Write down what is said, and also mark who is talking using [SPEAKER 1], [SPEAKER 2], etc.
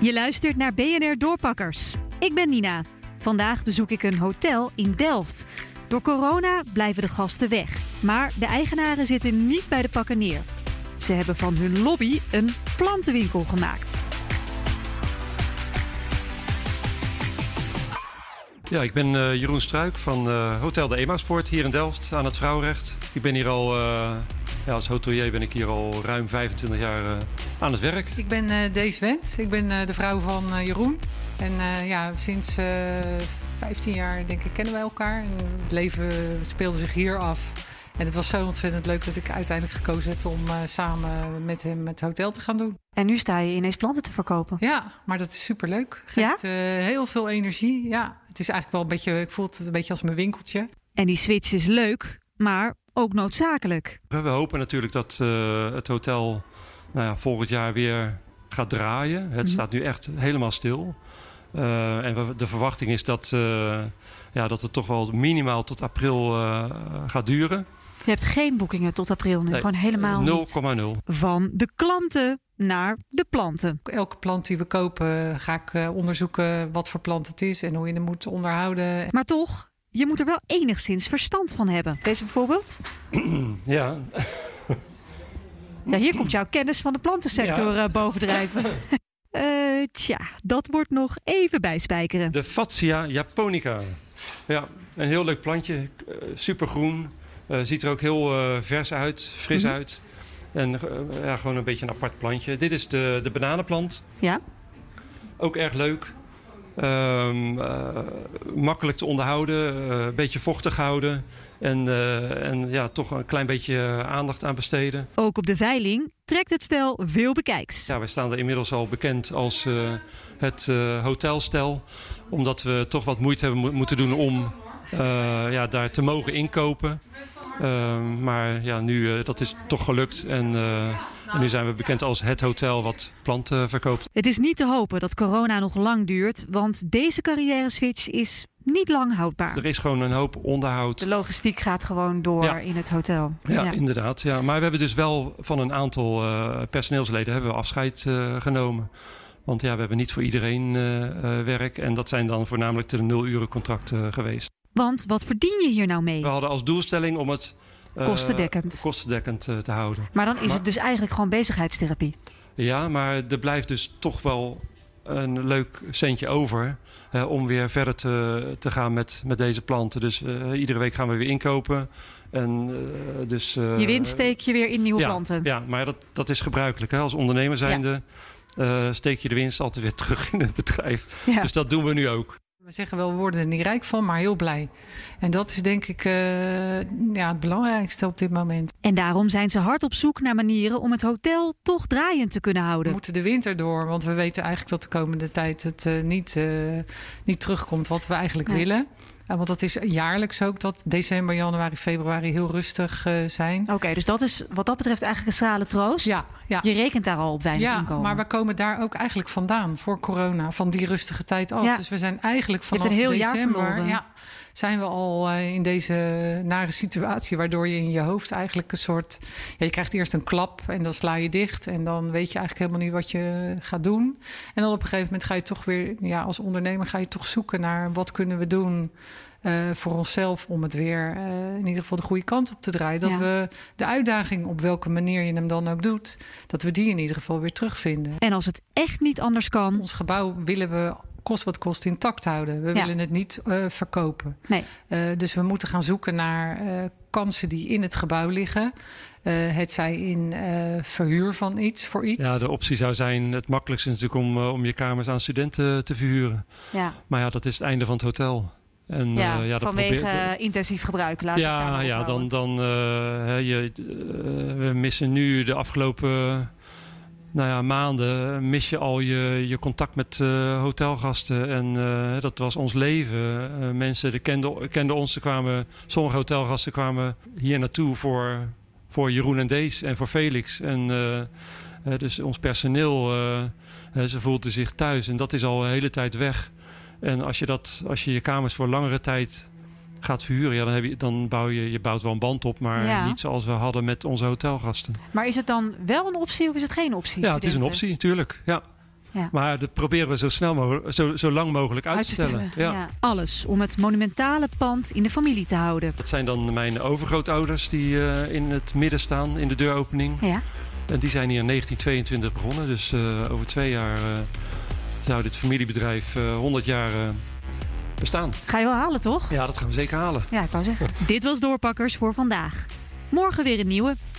[SPEAKER 1] Je luistert naar BNR Doorpakkers. Ik ben Nina. Vandaag bezoek ik een hotel in Delft. Door corona blijven de gasten weg, maar de eigenaren zitten niet bij de pakken neer. Ze hebben van hun lobby een plantenwinkel gemaakt.
[SPEAKER 2] Ja, ik ben eh, Jeroen Struik van eh, Hotel de Emaaspoort hier in Delft aan het Vrouwenrecht. Ik ben hier al, eh, ja, als hotelier ben ik hier al ruim 25 jaar eh, aan het werk.
[SPEAKER 3] Ik ben eh Dees Wendt. Ik ben eh, de vrouw van eh, Jeroen. En eh, ja, sinds eh, 15 jaar denk ik kennen wij elkaar. En het leven speelde zich hier af. En het was zo ontzettend leuk dat ik uiteindelijk gekozen heb om eh, samen met hem het hotel te gaan doen.
[SPEAKER 1] En nu sta je ineens planten te verkopen.
[SPEAKER 3] Ja, maar dat is superleuk. Geeft eh, heel veel energie. Ja, het is eigenlijk wel een beetje, ik voel het een beetje als mijn winkeltje.
[SPEAKER 1] En die switch is leuk, maar ook noodzakelijk.
[SPEAKER 2] We hopen natuurlijk dat eh, het hotel nou ja, volgend jaar weer gaat draaien. Het
[SPEAKER 1] Mhm.
[SPEAKER 2] staat nu echt helemaal stil. Eh, en we- de verwachting is dat, eh, ja, dat het toch wel minimaal tot april eh, gaat duren.
[SPEAKER 1] Je hebt geen boekingen tot april nu,
[SPEAKER 2] Nee,
[SPEAKER 1] gewoon helemaal niet.
[SPEAKER 2] 0,0.
[SPEAKER 1] Van de klanten naar de planten.
[SPEAKER 3] Elke plant die we kopen ga ik eh, onderzoeken wat voor plant het is en hoe je hem moet onderhouden.
[SPEAKER 1] Maar toch, je moet er wel enigszins verstand van hebben. Deze bijvoorbeeld.
[SPEAKER 2] Ja,
[SPEAKER 1] Ja, hier komt jouw kennis van de plantensector eh, bovendrijven. Eh, tja, dat wordt nog even bijspijkeren.
[SPEAKER 2] De Fatsia japonica. Ja, een heel leuk plantje. eh, Supergroen. Eh, ziet er ook heel eh, vers uit, fris uit. En eh, ja, gewoon een beetje een apart plantje. Dit is de, de bananenplant.
[SPEAKER 1] Ja,
[SPEAKER 2] Ook erg leuk. Ehm, eh, makkelijk te onderhouden. eh, Een beetje vochtig houden. En, eh, en ja, toch een klein beetje eh, aandacht aan besteden.
[SPEAKER 1] ook op de veiling trekt het stel veel bekijks.
[SPEAKER 2] Ja, wij staan er inmiddels al bekend als eh, het eh, hotelstel. Omdat we toch wat moeite hebben mo- moeten doen om eh, ja, daar te mogen inkopen. Ehm, maar ja, nu eh, dat is toch gelukt. En, eh, en nu zijn we bekend als het hotel wat planten verkoopt.
[SPEAKER 1] Het is niet te hopen dat corona nog lang duurt, want deze carrière switch is niet lang houdbaar.
[SPEAKER 2] Er is gewoon een hoop onderhoud.
[SPEAKER 1] De logistiek gaat gewoon door
[SPEAKER 2] Ja.
[SPEAKER 1] in het hotel.
[SPEAKER 2] Ja, inderdaad. Ja. Maar we hebben dus wel van een aantal eh, personeelsleden hebben we afscheid eh, genomen. Want ja, we hebben niet voor iedereen eh, eh, werk. En dat zijn dan voornamelijk de nul-uren contracten eh, geweest.
[SPEAKER 1] Want wat verdien je hier nou mee?
[SPEAKER 2] We hadden als doelstelling om het eh,
[SPEAKER 1] Kostendekkend.
[SPEAKER 2] kostendekkend, eh, te houden.
[SPEAKER 1] Maar dan is
[SPEAKER 2] Maar-
[SPEAKER 1] het dus eigenlijk gewoon bezigheidstherapie.
[SPEAKER 2] Ja, maar er blijft dus toch wel een leuk centje over eh, om weer verder te, te gaan met, met deze planten. Dus eh, iedere week gaan we weer inkopen. En, eh, dus, eh,
[SPEAKER 1] Je winst steek je weer in nieuwe
[SPEAKER 2] ja,
[SPEAKER 1] planten.
[SPEAKER 2] Ja, maar dat, dat is gebruikelijk. Hè? Als ondernemer zijnde eh, steek je de winst altijd weer terug in het bedrijf.
[SPEAKER 1] Ja.
[SPEAKER 2] Dus dat doen we nu ook.
[SPEAKER 3] We zeggen wel, we worden er niet rijk van, maar heel blij. En dat is denk ik eh, ja, het belangrijkste op dit moment.
[SPEAKER 1] En daarom zijn ze hard op zoek naar manieren om het hotel toch draaiend te kunnen
[SPEAKER 3] We
[SPEAKER 1] houden.
[SPEAKER 3] moeten de winter door, want we weten eigenlijk dat de komende tijd het eh, niet, eh, niet terugkomt wat we eigenlijk
[SPEAKER 1] Nee.
[SPEAKER 3] willen. Eh, want dat is jaarlijks ook, dat december, januari, februari heel rustig eh, zijn.
[SPEAKER 1] Oké, dus dat is wat dat betreft eigenlijk een schrale troost.
[SPEAKER 3] Ja, ja.
[SPEAKER 1] Je rekent daar al op weinig
[SPEAKER 3] Ja,
[SPEAKER 1] inkomen.
[SPEAKER 3] maar we komen daar ook eigenlijk vandaan voor corona, van die rustige tijd af.
[SPEAKER 1] Ja.
[SPEAKER 3] Dus we zijn eigenlijk
[SPEAKER 1] hebt
[SPEAKER 3] vanaf
[SPEAKER 1] een heel jaar
[SPEAKER 3] december,
[SPEAKER 1] verloren.
[SPEAKER 3] Ja, zijn we al eh, in deze nare situatie, waardoor je in je hoofd eigenlijk een soort, ja, je krijgt eerst een klap en dan sla je dicht en dan weet je eigenlijk helemaal niet wat je gaat doen. En dan op een gegeven moment ga je toch weer, ja, als ondernemer ga je toch zoeken naar wat kunnen we doen. eh, voor onszelf om het weer eh, in ieder geval de goede kant op te draaien. Dat
[SPEAKER 1] Ja.
[SPEAKER 3] we de uitdaging op welke manier je hem dan ook doet, dat we die in ieder geval weer terugvinden.
[SPEAKER 1] En als het echt niet anders kan,
[SPEAKER 3] Ons gebouw willen we kost wat kost intact houden.
[SPEAKER 1] Ja.
[SPEAKER 3] We willen het niet eh, verkopen.
[SPEAKER 1] nee.
[SPEAKER 3] Eh, dus we moeten gaan zoeken naar eh, kansen die in het gebouw liggen. Eh, het zij in eh, verhuur van iets voor iets.
[SPEAKER 2] Ja, de optie zou zijn, het makkelijkste is natuurlijk om, eh, om je kamers aan studenten te verhuren.
[SPEAKER 1] Ja,
[SPEAKER 2] Maar ja, dat is het einde van het hotel. En,
[SPEAKER 1] ja,
[SPEAKER 2] eh, dat
[SPEAKER 1] vanwege
[SPEAKER 2] probeer-
[SPEAKER 1] eh, intensief gebruik. Laten we het
[SPEAKER 2] ja,
[SPEAKER 1] daar
[SPEAKER 2] ja,
[SPEAKER 1] ophouden.
[SPEAKER 2] dan, dan eh, hè, je, eh, we missen nu de afgelopen nou ja, maanden eh, mis je al je, je contact met eh, hotelgasten. En eh, dat was ons leven. Eh, mensen die kenden, kenden ons. Er kwamen, sommige hotelgasten kwamen hier naartoe voor, voor Jeroen en Dees en voor Felix. En eh, eh, dus ons personeel, eh, eh, ze voelden zich thuis. En dat is al een hele tijd weg. En als je, dat, als je je kamers voor langere tijd gaat verhuren, ja, dan, heb je, dan bouw je, je bouwt wel een band op, maar
[SPEAKER 1] Ja.
[SPEAKER 2] niet zoals we hadden met onze hotelgasten.
[SPEAKER 1] Maar is het dan wel een optie of is het geen optie?
[SPEAKER 2] Ja, het is een
[SPEAKER 1] studenten?
[SPEAKER 2] optie, tuurlijk. Ja.
[SPEAKER 1] Ja.
[SPEAKER 2] Maar dat proberen we zo, snel mogelijk, zo, zo lang mogelijk uit te stellen.
[SPEAKER 1] Ja.
[SPEAKER 2] Ja.
[SPEAKER 1] Alles om het monumentale pand in de familie te houden.
[SPEAKER 2] Dat zijn dan mijn overgrootouders die eh, in het midden staan, in de deuropening.
[SPEAKER 1] Ja.
[SPEAKER 2] En die zijn hier in 1922 begonnen. Dus eh, over twee jaar eh, zou dit familiebedrijf eh 100 jaar eh, bestaan.
[SPEAKER 1] Ga je wel halen, toch?
[SPEAKER 2] Ja, dat gaan we zeker halen.
[SPEAKER 1] Ja, ik wou zeggen. Dit was Doorpakkers voor vandaag. Morgen weer een nieuwe.